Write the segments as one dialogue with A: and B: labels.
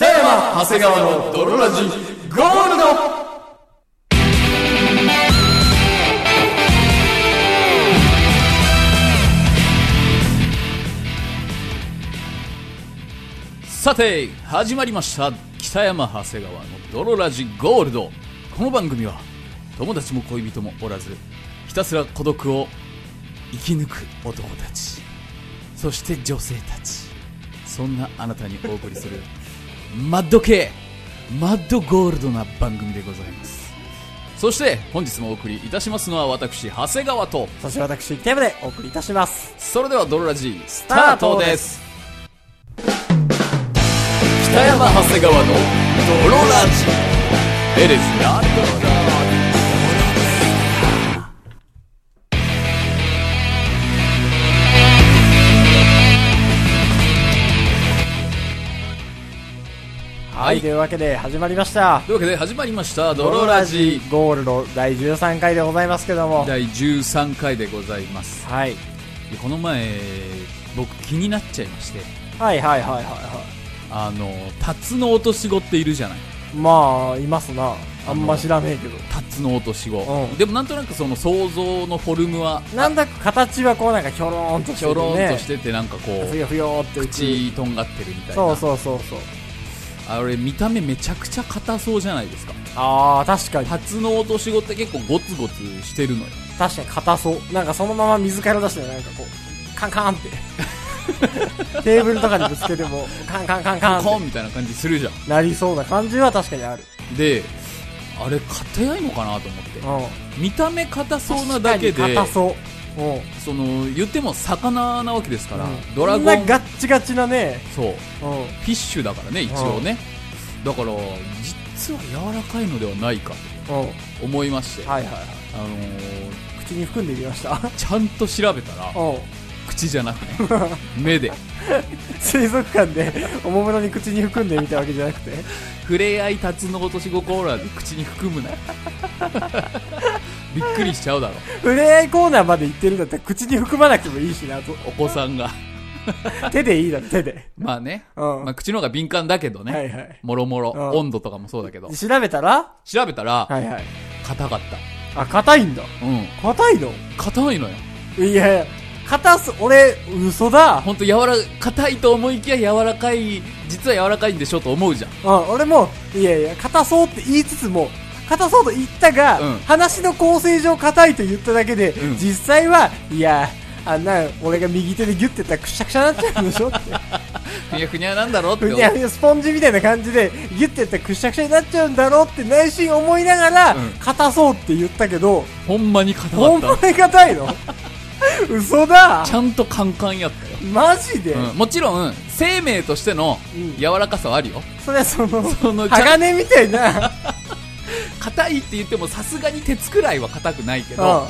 A: 長谷川の泥ラジゴールドさて始まりました北山長谷川の泥ラジゴールドこの番組は友達も恋人もおらずひたすら孤独を生き抜く男たちそして女性たちそんなあなたにお送りするマッド系マッドゴールドな番組でございますそして本日もお送りいたしますのは私長谷川と
B: そして私、テーマでお送りいたします。
A: それではドロラジスタートです北山長谷川のドロラジ It is not は
B: はいい、というわけで始まりました。
A: というわけで始まりました「ドロラジ
B: ゴールド第13回でございますけど」も。
A: 第13回でございます
B: はい。
A: でこの前僕気になっちゃいまして
B: はいはいはいはいは
A: あのタツノオトシゴっているじゃない
B: い。まあ、いますな。あんま知らねえけど。
A: タツノオトシゴ、
B: うん
A: でもなんとなくその想像のフォルムは
B: なんだか形はこうなんかひょろーんとして
A: ひ
B: る
A: ょ
B: ね。
A: ろんとしててなんかこ
B: ふ
A: う
B: よふよーって浮く
A: 口とんがってるみたいな
B: そうそうそうそう。
A: あれ見た目めちゃくちゃ硬そうじゃないですか
B: あー、確かに。
A: タツノオトシゴって結構ゴツゴツしてるのよ
B: 確かに硬そう。なんかそのまま水から出して、なんかこう、カンカンって。 テーブルとかにぶつけても、カンカンカンカンって
A: コンみたいな感じするじゃん
B: なりそうな感じは確かにある。
A: であれ硬いのかなと思って
B: うん。
A: 見た目硬そうなだけで
B: 確かに硬そう。うん。
A: その言っても魚なわけですから、
B: うん
A: ドラゴ
B: こん
A: ン
B: なガッチガチなね、
A: そう
B: う
A: フィッシュだからね一応ね、だから実は柔らかいのではないか
B: ん。うん。はい
A: と思いまして、
B: はいはい。
A: あのー
B: 口に含んでみました。
A: ちゃんと調べたら
B: うん。
A: 口じゃな くて、ね、目で
B: 水族館 で、おもむろに口に含んでみたわけじゃなくて。
A: 触れ合いタツノオトシゴコーラで口に含むなよ びっくりしちゃうだろ
B: ふれあいコーナーまで行ってるんだったら口に含まなくてもいいしな と。
A: お子さんが
B: 手でいいだろ、手で。
A: まあね、
B: うん
A: まあ、口の方が敏感だけどね、
B: はいはい。
A: もろもろ、
B: うん
A: 温度とかもそうだけど
B: 調べたら
A: 調べたら
B: はいはい。
A: 硬かっ
B: あ、硬いんだ。
A: たうん
B: 硬いの
A: 硬いのよ
B: いやいや、硬す、俺、嘘だ。
A: 本当柔ら硬いと思いきや柔らかい実は柔らかいんでしょと思うじゃん
B: うん、俺も、いやいや、硬そうって言いつつも、硬そうと言ったが、
A: うん
B: 話の構成上硬いと言っただけで、
A: うん
B: 実際は、いや、あんな、俺が右手でギュッてやったらくしゃくしゃになっちゃうんでしょって。
A: ふにゃふにゃなんだろうって
B: ふ
A: 思
B: にゃふにゃスポンジみたいな感じで、ギュッてやったらくしゃくしゃになっちゃうんだろうって内心思いながら、
A: うん
B: 硬そうって言ったけど、
A: ほんまに硬か
B: 本
A: っ
B: 当
A: た
B: に硬い の嘘だ
A: ちゃんとカンカンやったよ
B: マジで、
A: うんもちろん生命としての
B: うん
A: 柔らかさはあるよ
B: それはその、
A: そのちゃん
B: 鋼みた いな、
A: 硬いって言ってもさすがに鉄くらいは硬くないけ
B: うん
A: ど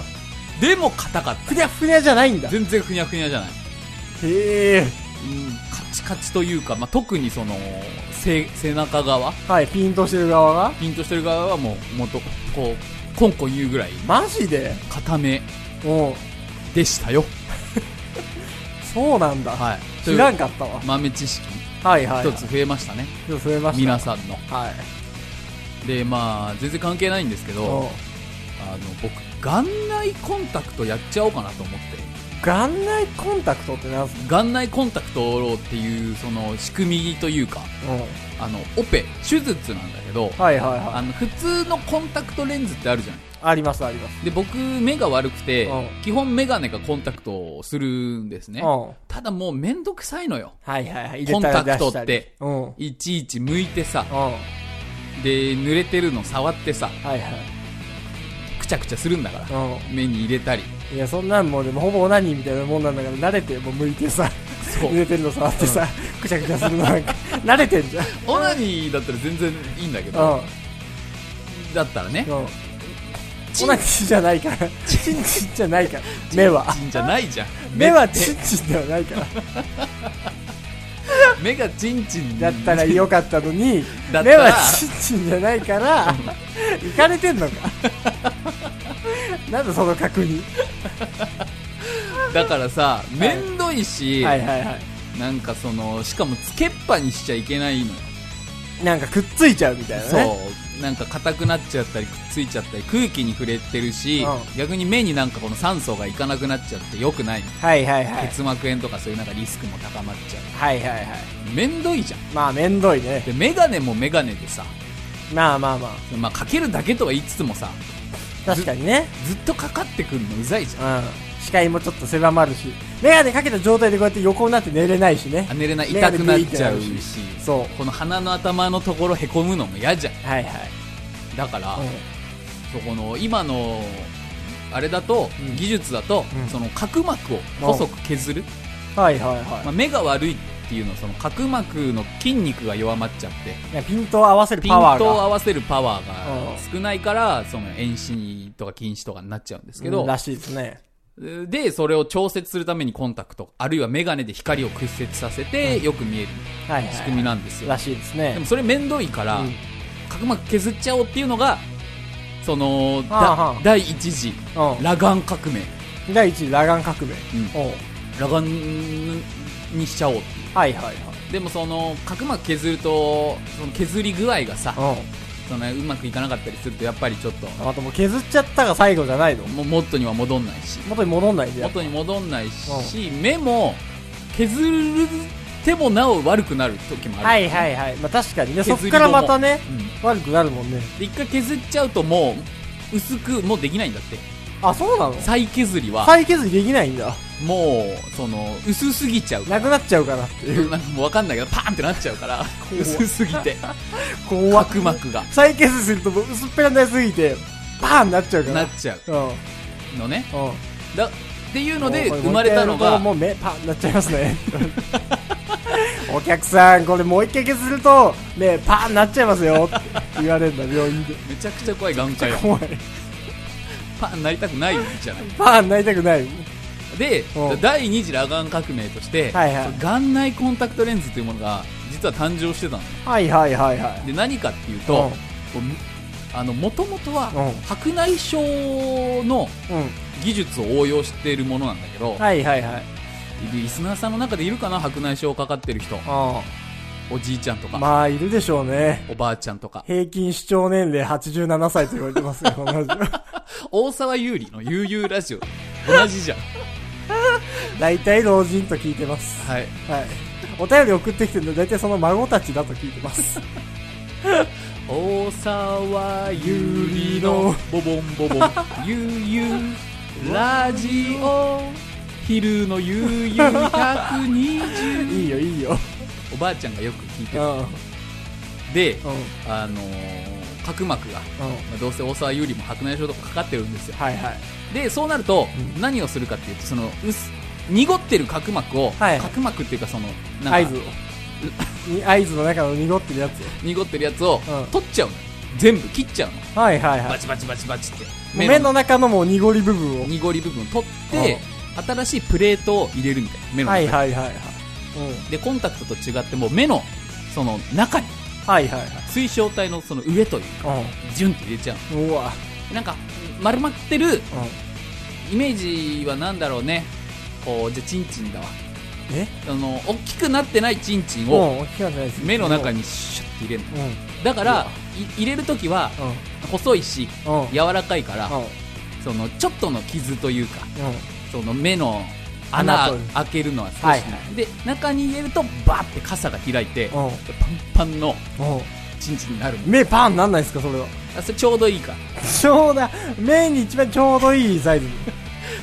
A: でも硬かっ
B: ふにゃふにゃじゃないんだ
A: た
B: へ
A: 全然ふにゃふにゃじゃない
B: え
A: カチカチというか、まあ、特にその背背中側
B: はいピンとしてる側が
A: ピンとしてる側はもうもっとこうコンコン言うぐらい
B: マジで
A: 硬め
B: おう
A: でしたよ
B: そうなんだ、
A: はいとい
B: 知
A: う
B: らんかったわ
A: 豆知識
B: はいはい
A: 一つ増えましたね、
B: 一つ増えました
A: 皆さんの
B: はい
A: でまあ全然関係ないんですけ
B: おう
A: どあの僕眼内コンタクトやっちゃおうかなと思って
B: 眼内コンタクトってなんすか
A: 眼内コンタクトっていうその仕組みというか
B: うん
A: あのオペ手術なんだけど、
B: はいはい
A: あ
B: はい
A: の普通のコンタクトレンズってあるじゃん
B: ありますあります
A: で僕目が悪くて
B: うん
A: 基本メガネかコンタクトをするんですね
B: うん
A: ただもうめんどくさいのよ
B: はいはいはい入
A: コ
B: れたり出したり
A: ンタクトって
B: うんうん
A: いちいち剥いてさ
B: は
A: で濡れてるの触ってさ
B: いはい
A: くちゃくちゃするんだから
B: う
A: 目に入れたり
B: んいやそんなんもうでもほぼオナニーみたいなもんなんだから慣れてもう向いてさ
A: そう
B: 入れてるの触ってさ、くちゃくちゃするのなんか慣れてんじゃん
A: オナニーだったら全然いいんだけど
B: うん
A: だったらね
B: うん
A: チ
B: オ
A: ン
B: ナニーじゃないからチンチンじゃないから目は
A: チンじゃない じゃん
B: 目は
A: って
B: チンチンではないから
A: 目がチンチン
B: だったらよかったのに
A: だったら
B: 目はチンチンじゃないから行かれてんのかなんでその確認
A: だからさめんどいし、
B: はいはいはい
A: なんかそのしかもつけっぱにしちゃいけないのよ
B: なんかくっついちゃうみたいなね
A: そうなんか硬くなっちゃったりくっついちゃったり空気に触れてるし、
B: うん
A: 逆に目になんかこの酸素がいかなくなっちゃって良くない、
B: はいはいはい
A: 結膜炎とかそういうなんかリスクも高まっちゃ
B: はいはいはいう
A: めんどいじゃん
B: まあめんどいね
A: でメガネもメガネでさ、
B: まあまあまあ
A: まあ、かけるだけとは言いつつもさ
B: 確かにね
A: ずっとかかってくるのうざいじゃん
B: うん視界もちょっと狭まるしメガネかけた状態でこうやって横になって寝れないしね
A: あ寝れない痛くなっちゃう
B: メガネピーってなる
A: し
B: そう
A: この鼻の頭のところへこむのも嫌じゃん
B: はいはい
A: だから、
B: うん
A: そこの今のあれだと、
B: うん
A: 技術だと、
B: うん
A: その角膜を細く削る、
B: はいはいはい
A: まあ、目が悪いっていうのはその角膜の筋肉が弱まっちゃって
B: いやピントを合わせる
A: ピン
B: パ
A: ト
B: ワー
A: を
B: が
A: 合わせるパワー
B: う
A: が
B: ん
A: 少ないからその遠視とか近視とかになっちゃうんですけ
B: う
A: ど
B: ん、らしいですね
A: でそれを調節するためにコンタクトあるいは眼鏡で光を屈折させてよく見える
B: はいはい
A: 仕組みなんですよ、
B: らしいですね
A: でもそれめんどいから、
B: うん
A: 角膜削っちゃおうっていうのがその、だ
B: はあはあ
A: 第一次
B: う
A: 裸眼革命
B: ん第一位裸眼革命
A: う
B: おう
A: 裸眼にしちゃおうってい
B: はいはいはいう
A: でもその角膜削るとその削り具合がさ
B: う
A: そのうまくいかなかったりするとやっぱりちょっと
B: んあともう削っちゃったが最後じゃないの
A: も元には戻んないし
B: 元に戻んないでやっぱ
A: 元に戻んないし目も削ってもなお悪くなる時もある、
B: はいはいはいまあ確かにねそっ
A: 削り
B: か
A: 後も
B: らまたね
A: うん
B: 悪くなるもんね
A: で一回削っちゃうともう薄くもうできないんだって
B: あそうなの
A: 再削りは
B: 再削りできないんだ
A: もうその薄すぎちゃう
B: なくなっちゃうからっていう
A: なんかもう分かんないけどパーンってなっちゃうから
B: 怖い
A: 薄すぎて
B: 怖く
A: 角膜が
B: 再削りするともう薄っぺらになりすぎてバーンなっちゃうから
A: なっちゃ
B: うんうん
A: うのねだっていうので
B: おい
A: 生まれたのが
B: もう一回やるともう目パンなっちゃいますね お客さんこれもう一回削ると目パンなっちゃいますよって言われるんだ病院で
A: めちゃくちゃ怖い眼科よ
B: 怖い
A: パーンなりたくないじゃない
B: パンなりたくない
A: で
B: うん
A: 第二次裸眼革命として、
B: はいはい
A: その眼内コンタクトレンズというものが実は誕生してたのよ
B: はいはいはいはい
A: で何かっていう
B: う
A: と
B: ん
A: もともとは
B: うん
A: 白内障の
B: うん
A: 技術を応用しているものなんだけど、
B: はいはいはい
A: リスナーさんの中でいるかな白内障かかってる人おじいちゃんと
B: う
A: か、
B: んまあいるでしょうね
A: おばあちゃんとか
B: 平均視聴年齢87歳と言われて ますよこのラジ
A: 大沢優里の悠々ラジオ同じじゃん
B: オ大体老人と聞いてます
A: はい
B: はいお便り送ってきてるの大体その孫たちだと聞いて ます
A: 大沢優里のボボンボボン悠々ラジオ昼の悠々120
B: いいよいいよ
A: おばあちゃんがよく聞いて
B: う
A: る
B: んうん
A: で
B: うん
A: あのー角膜が、まあどうせ大沢優里も白内障とかかかってるんですよ
B: はいはい
A: でそうなると、
B: う
A: 何をするかっていうとその薄濁ってる角膜を、
B: はい
A: 角膜っていうかそのな
B: 合
A: んか
B: 図をに合図の中の濁ってるやつ
A: 濁ってるやつを、
B: うん
A: 取っちゃうの全部切っちゃうの
B: はいはいは
A: バ
B: い
A: チバチバチバチって
B: 目の中のもう濁り部分を
A: 濁り部分を取って、新しいプレートを入れるみたいな目の
B: は
A: 中
B: い
A: に、
B: はいはいはい
A: でコンタクトと違ってもう目のその中に
B: うんはいはい
A: 水晶体のその上という
B: はい
A: ジュンって入れちゃう
B: うんうわ
A: のなんか丸まってる
B: う
A: イメージは何だろうねこうじゃあチンチンだわ
B: んえ
A: あの大きくなってないチンチンを
B: もう大きくはないです
A: 目の中
B: に
A: にシュッて入れるの
B: うんうん
A: だか
B: う
A: ら
B: わ
A: い入れるときは
B: うん
A: 細いし
B: うん
A: 柔らかいから
B: うん
A: そのちょっとの傷というか
B: うん
A: その目の穴
B: 穴という
A: 開けるのは少し、
B: はいは
A: で中に入れるとバーって傘が開いてパン
B: うん
A: パンの
B: うん
A: チンチンになるの
B: 目パンなんないですかそれは
A: あそれちょうどいいか
B: ちょうど目に一番ちょうどいいサイズに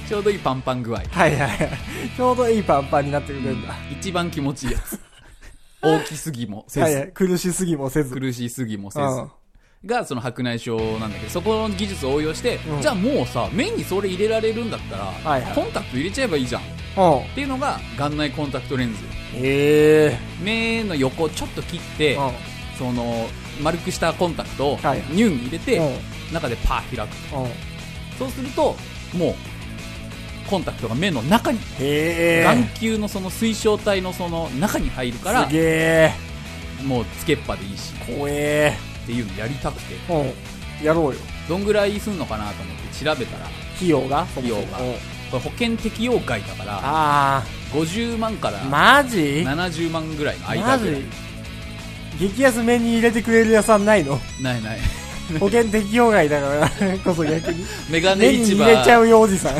A: ちょうどいいパンパン具合、
B: はいはいはいちょうどいいパンパンになってくれるんだ、
A: 一番気持ちいいや つ大きすぎもせず、
B: はいはい苦しすぎもせず
A: 苦しすぎもせず、
B: うん
A: がその白内障なんだけどそこの技術を応用して、
B: うん
A: じゃあもうさ目にそれ入れられるんだったら、
B: はいはい
A: コンタクト入れちゃえばいいじゃんっ
B: うん
A: ていうのが眼内コンタクトレンズ
B: へえ
A: 目の横をちょっと切って、
B: うん
A: その丸くしたコンタクトをニ
B: はいはい
A: ュン入れて、
B: うん
A: 中でパー開く
B: うん
A: そうするともうコンタクトが目の中に、
B: へえ
A: 眼球のその水晶体のその中に入るから
B: すげえ
A: もうつけっぱでいいし
B: 怖え
A: っていうのやりたくて
B: うんやろうよ
A: どんぐらいすんのかなと思って調べたら
B: 費用が
A: 費用が
B: そもそもうん
A: これ保険適用外だから
B: あ
A: 50万から
B: あマジ
A: 70万ぐらいの間
B: マ
A: ぐらい
B: ジ激安めに入れてくれる屋さんない の
A: ないない
B: 保険適用外だからこそ逆に
A: メガネ
B: 目に
A: 市
B: 入
A: 場
B: れちゃうよおじさん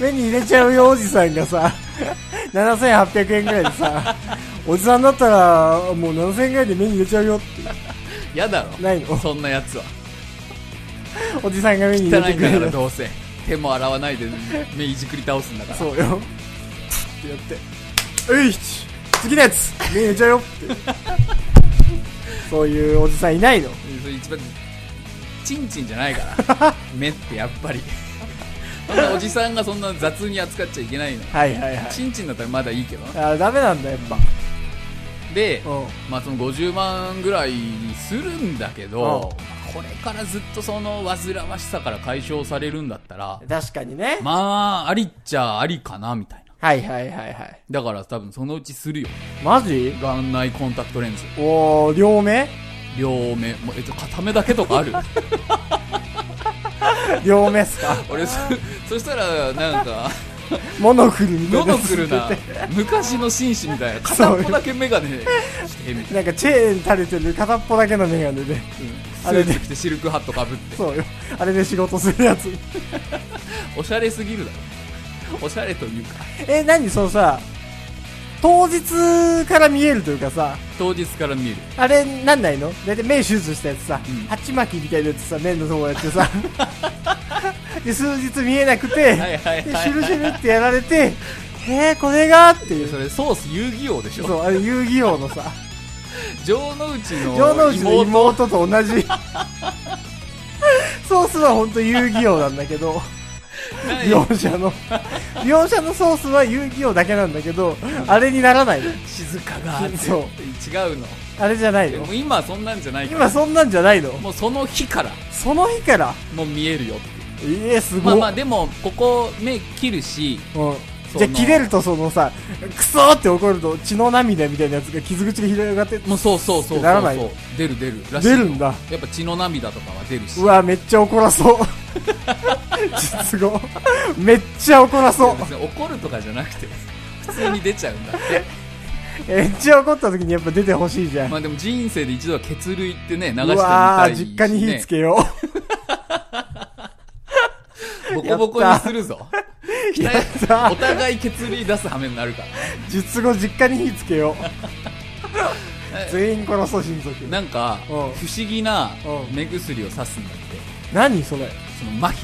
B: 目に入れちゃうよおじさんがさ7800円ぐらいでさおじさんだったらもう7000円ぐらいで目に入れちゃうよって
A: やだろ
B: ないの
A: そんなやつは
B: おじさんが目に
A: 汚
B: 入れて
A: いん
B: くれ
A: だ
B: る
A: からどうせ手も洗わないで目いじくり倒すんだから
B: そうよってやって「ういっ次のやつ目に入れちゃうよ」ってそういうおじさんいないの
A: それ一番チンチンじゃないから 目ってやっぱりそんなおじさんがそんな雑に扱っちゃいけないの
B: はいはいはい
A: チンチンだったらまだいいけどな
B: あダメなんだやっぱ
A: で、
B: うん
A: まあ、その50万ぐらいにするんだけど、これからずっとその煩わしさから解消されるんだったら
B: 確かにね、
A: まあありっちゃありかなみたいな
B: はいはいはいはい
A: だから多分そのうちするよ
B: マジ
A: 眼内コンタクトレンズ
B: おお両目
A: 両目もうえっと片目だけとかあ る
B: 両目っす か
A: 俺そそしたらなん か
B: モノクルみたいな
A: 喉
B: や
A: く
B: つ
A: るな昔の紳士みたいな片っぽだけ眼鏡してみたい
B: なんかチェーン垂れてる片っぽだけのメガネで
A: な
B: あ
A: ス
B: れ
A: ー
B: ね
A: ツ着てシルクハットかぶって
B: そうよあれで仕事するやつ
A: おしゃれすぎるだろおしゃれというか
B: え何そのさ当日から見えるというかさ
A: 当日から見る
B: あれなんないのだいたい目手術したやつさ、
A: うん
B: 鉢巻きみたいなやつさ目のとこやっ てさで数日見えなくて、
A: はいはいはい
B: でシュルシュルってやられてえー、これがっていう
A: それソース遊戯王でし
B: そ
A: ょ
B: うあれ遊戯王のさ
A: 城之内の
B: 城之内の
A: 妹
B: 妹と 同じソースは本当遊戯王なんだけど
A: ない
B: 両者の両者のソースは遊戯王だけなんだけどあれにならないの
A: 静かがって
B: そう
A: 違うの
B: あれじゃない
A: で
B: の
A: も今はそんなんじゃないから
B: 今そんなんじゃないの
A: もうその日から
B: その日から
A: もう見えるよっていう
B: ええす
A: ま
B: ご
A: あ
B: い、
A: まあでもここ目切るし
B: うん
A: その
B: じゃあ切れるとそのさクソーって怒ると血の涙みたいなやつが傷口が広がって
A: もうそうそうそうそう
B: ならない
A: そう出る出るらしい
B: 出
A: よ
B: るんだ
A: やっぱ血の涙とかは出るし
B: うわめっちゃ怒らそう 実語めっちゃ怒らそう
A: 別に怒るとかじゃなくて普通に出ちゃうんだって
B: めっちゃ怒った時にやっぱ出てほしいじゃん、
A: まあでも人生で一度は血類ってね流してみ
B: う
A: た
B: わ
A: い
B: ー
A: し、ね、
B: 実家に火つけよう
A: ボコボコにするぞ
B: やった
A: お互い血類出す羽目になるから
B: 術後実家に火つけよ う全員殺そう親族
A: なんか不
B: うん
A: 思議な
B: うん
A: 目薬をさすんだって
B: 何それ
A: その麻痺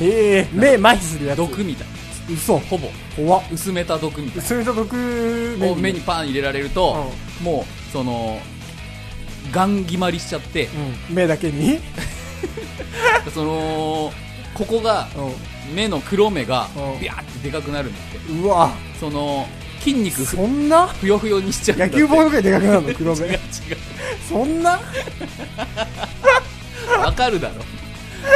B: ええ目麻痺するやつ
A: 毒みたい
B: 嘘
A: ほぼ
B: 怖っ
A: 薄めた毒みたい
B: それと毒目
A: を目にパン入れられると、もうそのがん決まりしちゃって、
B: うん目だけに
A: そのここが
B: う
A: 目の黒目が
B: うん
A: ビャーってでかくなるんだって
B: んうわ
A: その筋肉ふ
B: そんな
A: ふよふよにしちゃうんだっ
B: 野
A: て
B: 球ボールぐらいでかくなるの黒
A: 違う違
B: 目
A: う
B: そんな
A: わかるだろ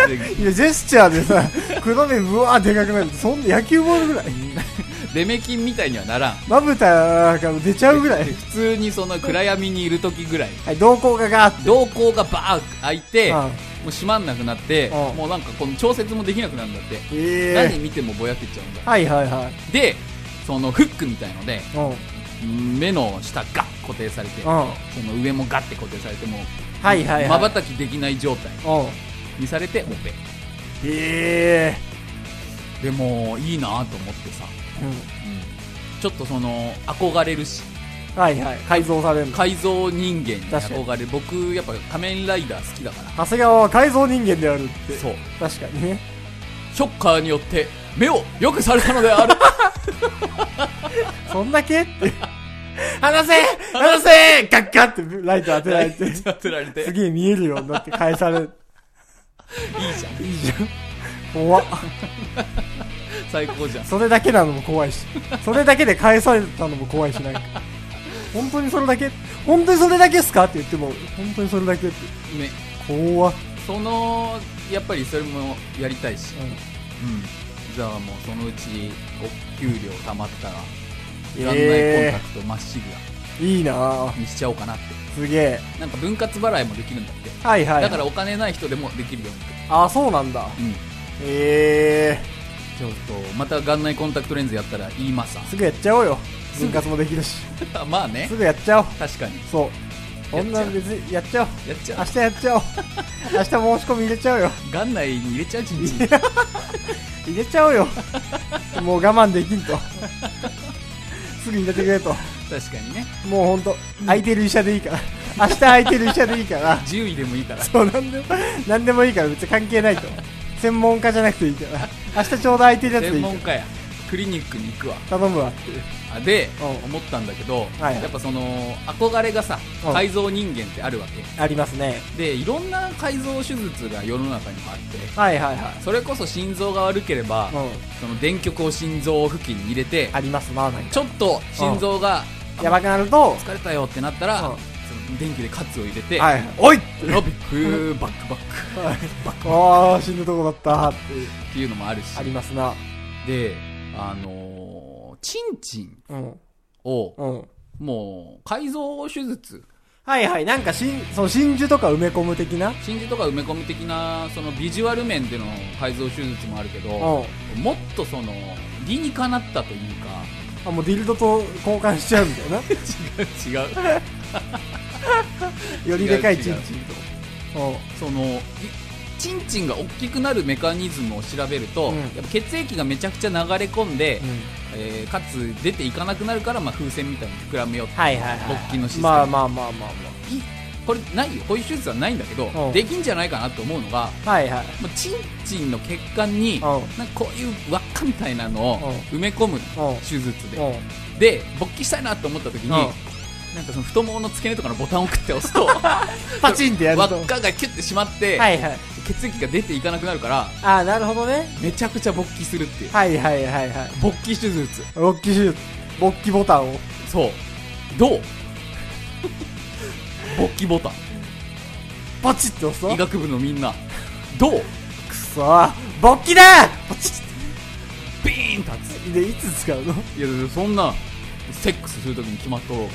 A: で
B: いやジェスチャーでさ黒目ぶわーでかくなるそんな野球ボールぐらい
A: デメキンみたいにはならん
B: まぶたが出ちゃうぐらい
A: で普通にその暗闇にいる時ぐらい
B: はい瞳孔がガーッ
A: 瞳孔がバーッ開いて
B: うん
A: もう閉まんなくなって
B: うん
A: もうなんかこの調節もできなくなるんだって
B: え
A: 何
B: え
A: 見てもぼやけちゃうんだ
B: はいはいはい
A: でそのフックみたいので
B: うん
A: 目の下ガッ固定されてそ
B: うん
A: の上もガッて固定されても
B: はいはいはい
A: まばたきできない状態
B: うん
A: にされてオペ
B: ええ
A: でもいいなと思ってさ、
B: うん
A: ちょっとその憧れるし
B: はいはい改造されるの
A: 改造人間に
B: 確かに
A: 憧れ僕やっぱ仮面ライダー好きだから
B: 長谷川は改造人間であるって
A: そう
B: 確かにね
A: ショッカーによって目を良くされたのである
B: そん だけって話せ話せ ガッガッってライ ト当てられて
A: 当てられてい
B: す
A: い
B: げえ見えるようになって返され る
A: じゃん
B: いいじゃん怖っ
A: 最高じゃん
B: それだけなのも怖いしそれだけで返されたのも怖いしなんか本当にそれだけ本当にそれだけっすかって言っても本当にそれだけって
A: ね
B: 怖っ、
A: そのやっぱりそれもやりたいし、
B: う
A: うん、じゃあもうそのうちお給料貯まったら眼内
B: え
A: コンタクトまっしぐ
B: ん、いいなぁ
A: らにしちゃおうかなって
B: すげえ
A: なんか分割払いもできるんだって、
B: はいはい
A: だからお金ない人でもできるよって、
B: あそうなんだ
A: うん、
B: ええ
A: ちょっとまた眼内コンタクトレンズやったら言いますわ
B: すぐやっちゃおうよ分割もできるし
A: あ まあね
B: すぐやっちゃおう
A: 確かに
B: そう
A: やっちゃう
B: こんなん別にやっちゃおう
A: やっちゃ
B: 明日やっちゃ おう明日申し込み入れちゃうよ
A: う元内に入れちゃうちんちん
B: 入れちゃおう よもう我慢できんとすぐ入れてくれと
A: 確かにね
B: もうほんと空いてる医者でいいから明日空いてる医者でいいから
A: 10位でもいいから
B: そうなんでもなんでもいいから別に関係ないと専門家じゃなくていいから明日ちょうど空いてるやつで
A: 専
B: いいか
A: 門家やクリニックに行くわ
B: ら頼むわ
A: あで
B: うん
A: 思ったんだけど、
B: はい
A: やっぱその憧れがさ
B: うん
A: 改造人間ってあるわけ
B: ありますね
A: でいろんな改造手術が世の中にもあって
B: はいはいはい
A: それこそ心臓が悪ければ、
B: うん
A: その電極を心臓付近に入れて
B: ありますまあなんか
A: ちょっと心臓が
B: やばくなると
A: 疲れたよってなったら、
B: うん
A: その電気でカツを入れて、
B: はいおい
A: ロビックバックバック
B: ああ死ぬとこだったっていう
A: っていうのもあるし
B: ありますな
A: であのー、チンチン
B: うん
A: を
B: うん
A: もう改造手術
B: はいはいなんかしんその真珠とか埋め込む的な
A: 真珠とか埋め込み的なそのビジュアル面での改造手術もあるけど、
B: うん
A: もっとその理にかなったという か
B: あもうディルドと交換しちゃうみ たいな
A: 違う違う
B: よりでかい
A: 違う
B: チンチンと
A: そのいチンチンが大きくなるメカニズムを調べると、
B: うん
A: やっぱ血液がめちゃくちゃ流れ込んで、
B: うん、
A: えーかつ出ていかなくなるから、まあ、風船みたいに膨らめようって、
B: はいはいはい
A: 勃起のシステム
B: まあまあまあまあ
A: いこれないよこういう手術はないんだけど、
B: うん
A: できんじゃないかなと思うのが、
B: まあはいはい
A: まあ、チンチンの血管に、
B: う
A: なんかこういう輪っかみたいなのを埋め込む
B: うん
A: 手術で、
B: うん
A: で勃起したいなと思った時に、
B: うん
A: なんかその太ももの付け根とかのボタンをクって押すと
B: パチン ってやると
A: 輪っかがキュッてしまって、
B: はいはい
A: 血液が出ていかなくなるから
B: ああなるほどね
A: めちゃくちゃ勃起するっていう
B: はいはいはいはい
A: 勃起手術
B: 勃起手術勃起ボタンを
A: そうどう 勃起ボタン
B: パチって押す
A: 医
B: と
A: 学部のみんなどう
B: くそー勃起だーパチ
A: ビーン立
B: ッでいつ使うの
A: ついやでもそんなセックスするときに決まっとろうが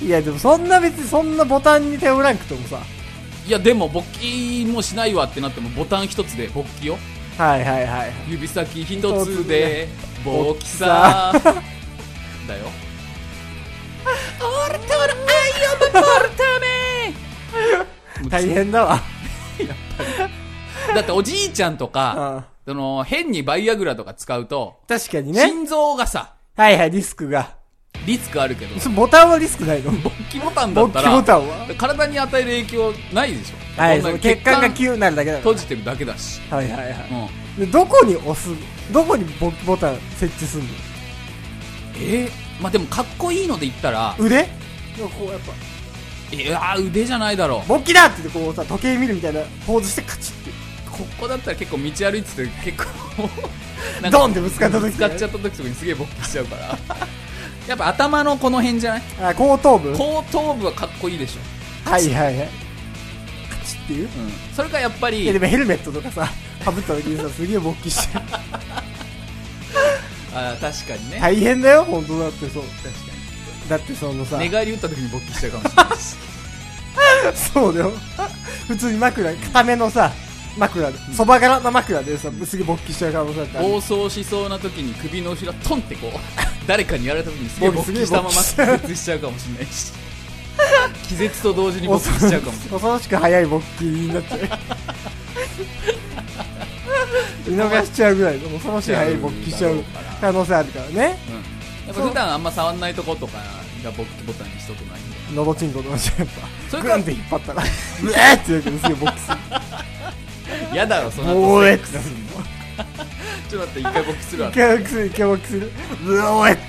B: いやでもそんな別にそんなボタンに頼らんくともさ
A: いやでも勃起もしないわってなってもボタン一つで勃起よ
B: はいはいはいはい
A: 指先一つで
B: 勃
A: 勃
B: 起
A: 起
B: さ
A: さだ よ俺との愛を守るため
B: 大変だわ
A: だっておじいちゃんとか、
B: うん
A: その変にバイアグラとか使うと、
B: 確かにね
A: 心臓がさ
B: はいはいリスクが
A: リスクあるけど
B: そボタンはリスクないの
A: 勃起ボタンだっ
B: 勃
A: た
B: 起ボ
A: ら
B: タンは
A: 体に与える影響ないでしょ、
B: はい、
A: こ
B: そ
A: ん
B: の
A: な
B: 血管が急になるだけだか
A: 閉じてるだけだし、
B: ら。はいはいは
A: うん、
B: い。で、どこに押すどこに勃起ボタン設置すんの
A: えー、まあでもかっこいいので言ったら、
B: 腕こうやっぱ、
A: いやー腕じゃないだろう
B: 勃起だって言ってこうさ、時計見るみたいなポーズしてカチッて、
A: ここだったら結構道歩いてて結構 なんか
B: ドンってぶつかった時
A: ぶつかっちゃった時とかにすげえ勃起しちゃうから やっぱ頭のこの辺じゃない
B: あ、後頭部は
A: 後頭部はかっこいいでしょ、
B: いはいはい。カチッって
A: う
B: いう
A: ん、それかやっぱ
B: いや
A: り
B: でもヘルメットとかさ、被った時にさ、すげえ勃起してる。
A: あー確かにね、
B: 大変だよ、本当だってそう。
A: 確か
B: だってそのさ
A: に寝、返り打った時に勃起しちゃうかもしれないし
B: そうだよ。普通に枕、固めのさ、枕で、そば柄の枕でさ、すげえ勃起しちゃう可能性だってある
A: 暴走しそうな時に首の後ろトンってこう 誰かにやられた時にすげえ
B: 勃
A: 勃
B: 起
A: 起したまま
B: すげえ勃起
A: 気絶しちゃうかもしれない し気絶と同時に勃起しちゃうかもしれない
B: 恐ろしく早い勃起になっちゃう見逃しちゃうぐらいの恐ろしい早い勃起しちゃう可能性あるからね
A: うんやっぱ普段あんま触んないとことかが勃起ボタンにしとくないんで
B: のどちんこと同じやっ
A: そ
B: ぱ
A: れ
B: グ
A: か
B: ンって引っ張ったらうえーって言うけどすげえ勃起する
A: やだろその
B: お
A: 後
B: ーえ
A: セ
B: っ
A: ック
B: て
A: スちょっと待って一回勃起す るわ
B: 一回勃起する一回勃起するうおーえって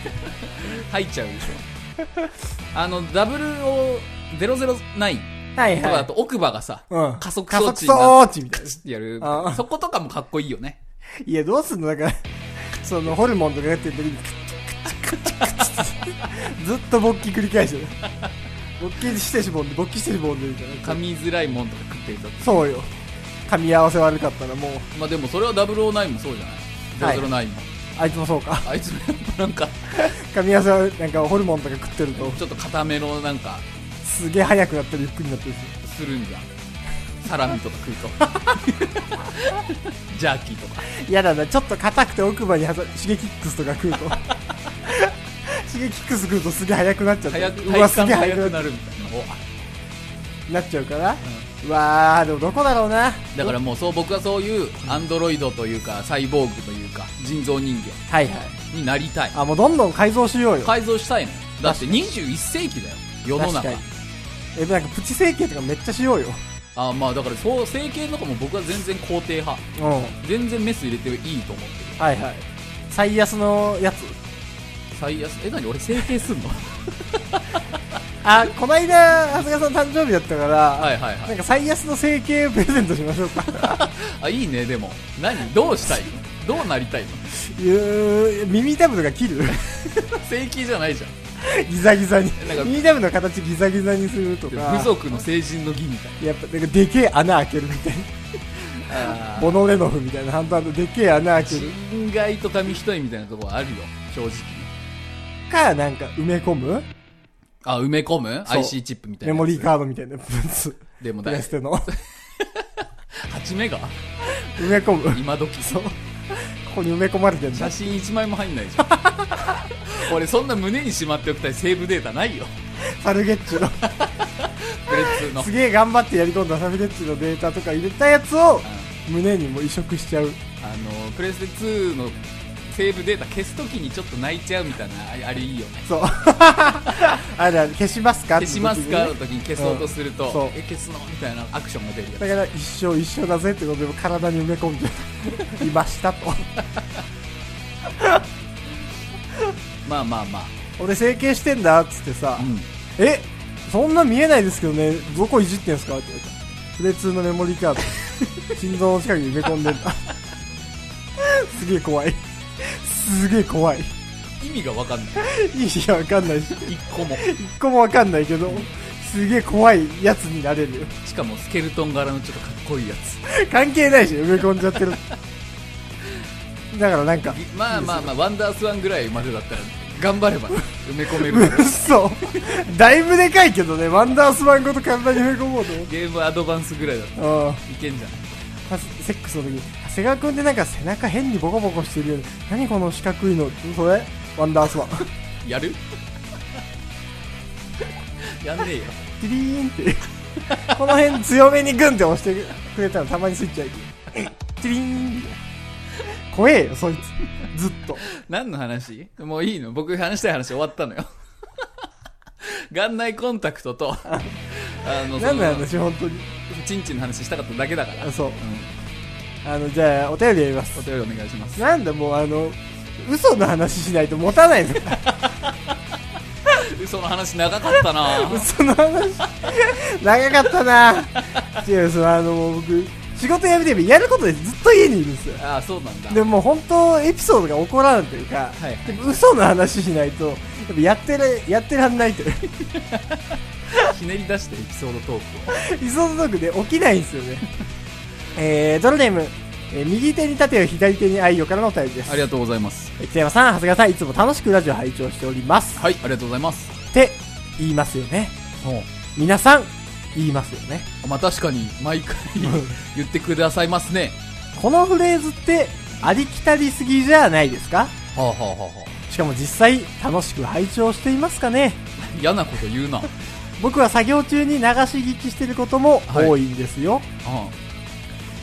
A: 入っちゃうでしょあのダブルを009
B: はい
A: とかだ
B: はい
A: と奥歯がさ、
B: うん
A: 加速
B: 加
A: 装
B: 速
A: 置に
B: 装
A: なって
B: 置みたいな
A: やる
B: あー
A: そことかもかっこいいよね
B: いやどうすんのだからそのホルモンとかやってる時にクチクチクチクチずっと勃起繰り返してる勃起してしぼんで勃起してしぼんでみた
A: 噛
B: いな
A: みづらいもんとか食ってると
B: そうよ噛み合わせ悪かったらもう
A: まあでもそれは009もそうじゃない009も、
B: あいつもそうか
A: あいつもやっぱなんか
B: 噛み合わせはなんかホルモンとか食ってると
A: ちょっと固めのなんか
B: すげえ速くなったりゆっくりになったり
A: するんじゃんサラミとか食うと ジャーキーとか
B: するやだなちょっと硬くて奥歯に挟むシゲキックスとか食うと シゲキックス来るとすげえ速くなっちゃって
A: 早く
B: うわ
A: 体
B: す
A: 感
B: げ
A: が
B: え速
A: 早
B: く
A: く
B: な
A: な
B: っ
A: るみたいなお
B: なっちゃうから、うわーでもどこだろうな
A: だからもうそう僕はそういうアンドロイドというかサイボーグというか人造人
B: はいはい
A: 間になりたい
B: あもうどんどん改造しようよ
A: 改造したいのだって21世紀だよ世の中
B: 確かにえなんかプチ整形とかめっちゃしようよ
A: あまあだからそう整形とかも僕は全然肯定派
B: うんは
A: 全然メス入れていいと思ってる
B: いはい最安のやつ
A: 最悪え何俺整形すんの
B: あこないだ長谷川さん誕生日だったから、
A: はいはいは
B: なん
A: い
B: か最安の整形プレゼントしましょうか
A: あいいねでも何どうしたいのどうなりたいの
B: いう耳たぶと か切る
A: 整形じゃないじゃん
B: ギザギザに
A: なんか
B: 耳たぶの形ギザギザにするとか
A: 部族の成人の儀みたい
B: やっぱなんかでけえ穴開けるみたい
A: な
B: なボノレノフみたいなハンバーグでけえ穴開ける
A: 人外と紙一重みたいなところあるよ正直
B: かなんか埋め込む
A: あ埋め込む
B: そう
A: IC チップみたい
B: メ
A: なやつ
B: モリーカードみたいなやつ
A: でも
B: プ
A: だ
B: レステの
A: 8メガ
B: 埋め込むこ
A: 今時そう
B: こに埋め込まれてんだ
A: 写真1枚も入んないじ ゃん俺そんな胸にしまっておきたいセーブデータないよ
B: サルゲッチュの
A: プレッツの
B: すげえ頑張ってやり込んだサルゲッチュのデータとか入れたやつを胸にも移植しちゃう
A: あのプレステ2のセーブデータ消すときにちょっと泣いちゃうみたいなあれあれいいよね
B: そうあれあれ消しますか
A: 消しますかの
B: って時
A: 時に消そうとすると、
B: うんそう
A: え消すのみたいなアクションが出るや
B: にねだから一生一生だぜってことでも体に埋め込んでいましたと
A: つまあまあまあ、
B: 俺整形してんだっつってさ、
A: うん、
B: えそんな見えないですけどねどこいじってんすかって言われたプレ2のメモリーカー ド心臓の近くに埋め込んでんだすげえ怖いすげえ怖い
A: 意味が分かんない
B: 意味がわかんないし
A: 一個 も
B: 一個もわかんないけどすげえ怖いやつになれるよ
A: しかもスケルトン柄のちょっとかっこいいやつ
B: 関係ないし埋め込んじゃってるだからなんか
A: まあまあまあワンダースワンぐらいまでだったら頑張れ ば埋め込める
B: うそだいぶでかいけどねワンダースマンごと体に埋め込もうと思って
A: ゲームアドバンスぐらいだった
B: うん
A: らいけんじゃない
B: まずセックスの時に長谷川君ってなんか背中変にボコボコしてるよね何この四角いのそれワンダー スマン
A: やる やんねえよ
B: ティリーンって この辺強めにグンって押してくれたらたまにスイッチ入るティリーンって怖えよそいつずっと
A: 何の話もういいの僕話したい話終わったのよ 眼内コンタクトとあのそ
B: 何の
A: の
B: 話本当に
A: チンチンの話したかっただけだから、うん
B: あ、そうあのじゃあお便りやります
A: お便りお願いし ます
B: なんだもうあの嘘の話しないと持たないの
A: その話長かったな
B: 嘘の話長かったな違うそのあのもう僕仕事辞めてやることでずっと家にいるんですよ
A: ああそうなんだ
B: でも本当エピソードが起こらんというか、
A: はい
B: でも嘘の話しないとやっぱやってらやってらんないという
A: ひねり出してエピソードトークを
B: 理想のトークで起きないんですよねえー、ドロネーム、えー右手に盾を左手に愛をからのお便りです
A: ありがとうございます
B: えー北山さん長谷川さんいつも楽しくラジオ拝聴しております
A: はいありがとうございます
B: って言いますよね皆さん言いますよね
A: まあ確かに毎回言ってくださいますね
B: このフレーズってありきたりすぎじゃないですか
A: はあはあはあは
B: しかも実際楽しく拝聴していますかね
A: あ嫌なこと言うな、うん、
B: 僕は作業中に流し聞きしてることも多いんですよ、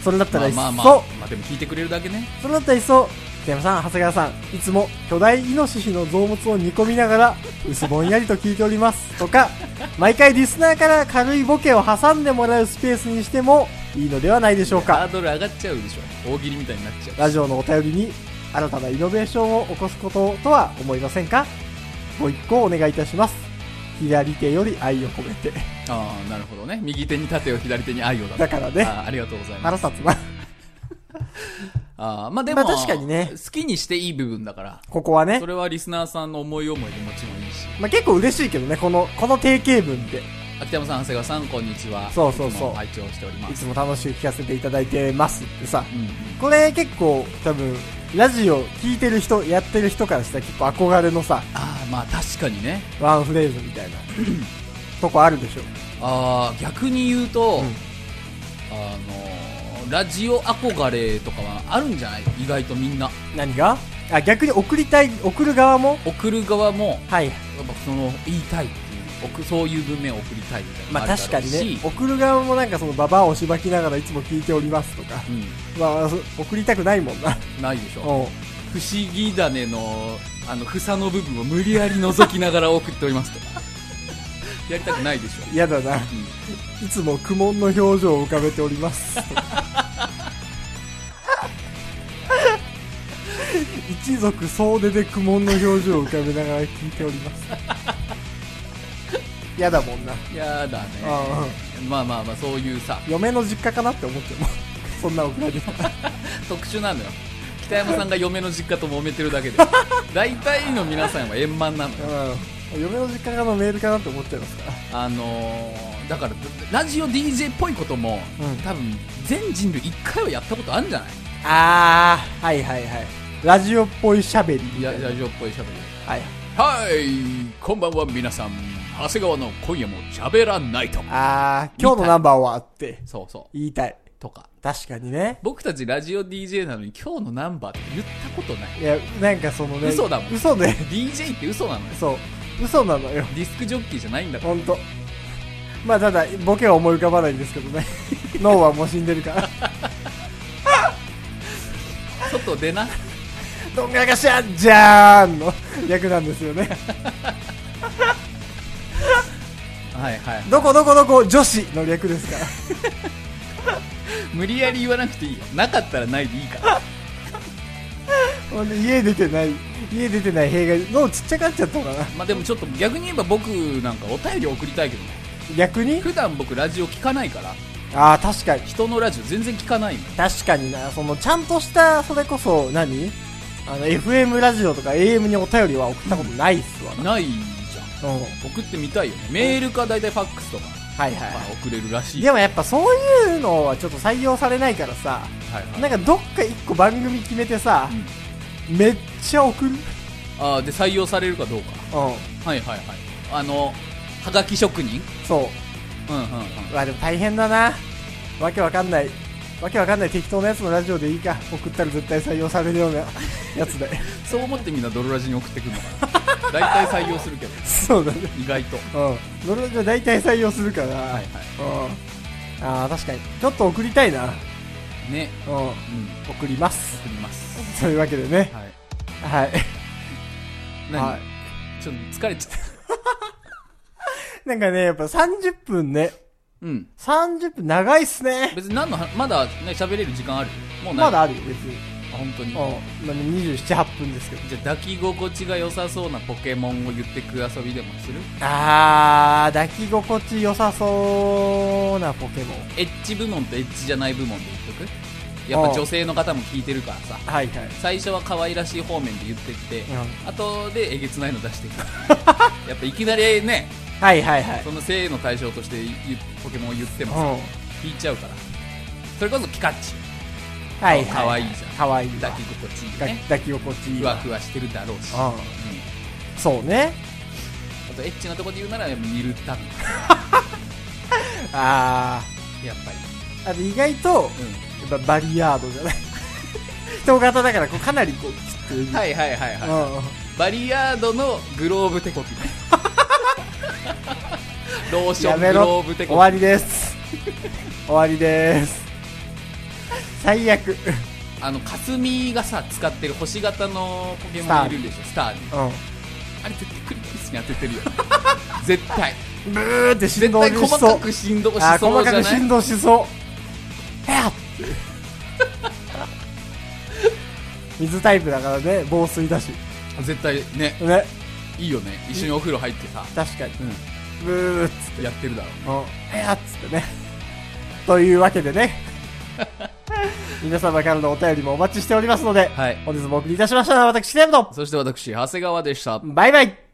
B: それだった
A: ま
B: ら
A: あ
B: いっそ、
A: まあまあまあでも聞いてくれるだけね
B: それだったらいっそ北山さん長谷川さんいつも巨大イノシシの臓物を煮込みながら薄ぼんやりと聞いておりますとか毎回リスナーから軽いボケを挟んでもらうスペースにしてもいいのではないでしょうか
A: ハードル上がっちゃうでしょ大喜利みたいになっちゃう
B: ラジオのお便りに新たなイノベーションを起こすこととは思いませんかご一行お願いいたします左手より愛を込めて
A: ああなるほどね右手に盾を左手に愛をだ
B: だからね
A: あーありがとうございます
B: 腹立つな
A: あーまあでも、
B: まあ確かにね
A: 好きにしていい部分だから
B: ここはね
A: そ、れはリスナーさんの思い思いでもちろんいいし
B: まあ、結構嬉しいけどねこのこの定型文で
A: 秋山さん長谷川さんこんにちは
B: そうそうそう
A: いつも拝聴しておりま
B: い
A: す
B: つも楽しく聞かせていただいてますってさ
A: うんうん
B: これ結構多分ラジオ聞いてる人やってる人からしたら結構憧れのさ
A: ああまあ確かにね
B: ワンフレーズみ たいなとこあるでしょ
A: ああ逆に言うと、
B: うん
A: あのーラジオ憧れとかはあるんじゃない意外とみんな
B: 何があ逆に送りたい送る側も
A: 送る側も
B: はい
A: やっぱその言いたいっていう送そういう文面を送りたいみたいな
B: まあ
A: のも
B: 確
A: るだ
B: か
A: ろう
B: に
A: し
B: ね送る側もなんかそのババアをしばきながらいつも聞いておりますとか まあそ送りたくないもんな
A: うん、ないでしょ
B: お
A: 不
B: う
A: 思議種のあの房の部分を無理やり覗きながら送っておりますとやりたくないでしょ、
B: 嫌だ
A: う
B: な
A: ん
B: いつも苦悶の表情を浮かべております。 一族総出で苦悶の表情を浮かべながら聞いており ます。嫌だもんな。
A: やだね
B: ああ
A: まあまあまあそういうさ
B: 嫁の実家かなって思ってもん、 そんな送られてたら。
A: 特殊なのよ北山さんが嫁の実家と揉めてるだ けで大体の皆さんは円満なのよ
B: うん。嫁の実家からのメールかなって思っちゃいますから。
A: あのーだからラジオ DJ っぽいことも、
B: うん
A: 多分全人類一回はやったことあるんじゃない
B: あー、はいはいはい。ラジオっぽい喋りみ
A: いや
B: たいな。
A: ラジオっぽい喋り
B: はい。
A: はいこんばんは皆さん長谷川の今夜も喋らないと
B: あー、今日のナンバーはって
A: そうそう
B: 言いたい。
A: とか
B: 確かにね。
A: 僕たちラジオ DJ なのに今日のナンバーって言ったことない
B: いや、なんかそのね、
A: 嘘だもん
B: 嘘で、
A: DJ って嘘なのよ
B: そう、嘘なのよ、
A: ディスクジョッキーじゃないんだから
B: ほんと。まあ、ただ、ボケは思い浮かばないんですけどね。 脳はもう死んでるから。
A: 外出な
B: どんがらかしゃんじゃーんの略なんですよね。
A: はいはい
B: どこどこどこ女子の略ですから。
A: 無理やり言わなくていいよなかったらないでいいから
B: ほんで家出てない、家出てない弊害、脳ちっちゃかっちゃったのかな。
A: まあでもちょっと逆に言えば僕なんかお便り送りたいけどね
B: 逆に
A: 普段僕ラジオ聞かないから
B: ああ、確かに。
A: 人のラジオ全然聞かないの
B: 確かにな、その、ちゃんとした、それこそ何、あの、FM ラジオとか AM にお便りは送ったことないっすわな。
A: ないじ
B: うん。は
A: ゃん送ってみたいよねメールか大体ファックスとか、
B: いはい
A: ま
B: はい
A: あ、。送れるらしい
B: でもやっぱそういうのはちょっと採用されないからさ、
A: はいはい
B: なんかどっか一個番組決めてさ、めっちゃ送る。うん。
A: ああで採用されるかどうかはいはいはいあのはがき職人
B: そう。
A: うんうんうん
B: うわ、でも大変だな。わけわかんない。わけわかんない適当なやつのラジオでいいか。送ったら絶対採用されるようなやつで。
A: そう思ってみんなドロラジに送ってくるのかな大体採用するけど
B: そうだね。
A: 意外とは
B: うん。それじゃ大体採用するから。
A: いは
B: うん。ああ、確かに。ちょっと送りたいな。うん。
A: いねうん
B: 送ります。
A: 送ります
B: というわけでね。
A: はい
B: はい。
A: 何、
B: はい。
A: ちょっと疲れちゃった
B: なんかね、やっぱ30分ね。
A: うん
B: 30分長いっすね。
A: 別に何の話まだね喋れる時間あるもうない
B: まだあるよ、別に。
A: あ本当に
B: うん。まあ、27、8分ですけど。
A: じゃあ抱き心地が良さそうなポケモンを言ってく遊びでもする
B: あー、抱き心地良さそうなポケモン。
A: エッジ部門とエッジじゃない部門で言っとくやっぱ女性の方も聞いてるからさ
B: はいはい。
A: 最初は可愛らしい方面で言ってって、後でえげつないの出していく やっぱいきなりね
B: はいはいはい。
A: その性の対象として言うポケモンを言って
B: うん。
A: もさ
B: はい
A: 引いちゃうからそれこそピカチ
B: はい。
A: かわいいじゃん
B: かわいいわ
A: 抱き心地いいよ
B: 抱き
A: ね
B: 抱き心地いい
A: ふわ
B: わ。
A: ふわしてるだろうし、うん、あ
B: うん。そうね。
A: とエッチなとこで言うならミルタン
B: あ
A: やっぱり、
B: ー。あと意外と、
A: う
B: やっぱバリヤード じゃない。人型だから、こう、かなりこう、きつい。
A: ん、はいはいはいはい、
B: うん。
A: バリヤードのグローブ手こき ローショ
B: や
A: ン
B: め
A: グロ
B: ろ
A: ーブ手
B: 終
A: こ
B: わりです終わりです最悪
A: きあの霞がさ使ってる星型のポケモンいるでしょスターに
B: う
A: あれ絶対クリックスに当てて るよ絶対
B: んブーって振
A: 絶
B: 動
A: 対
B: しそう
A: 細かく振動し
B: あー
A: そう
B: 細
A: じ
B: か
A: ゃ
B: く
A: ない
B: 振動しそうヘ ア水タイプだからね防水だし
A: 絶対ね
B: ね
A: いいよね一緒にお風呂入ってさ、
B: 確かに
A: う
B: ブーっつって
A: ん、やってるだろう
B: うんヘアっつってね というわけでね 皆様からのお便りもお待ちしておりますので、
A: はい
B: 本日もお送りいたしましたのは私、テームと
A: そして私長谷川でした
B: バイバイ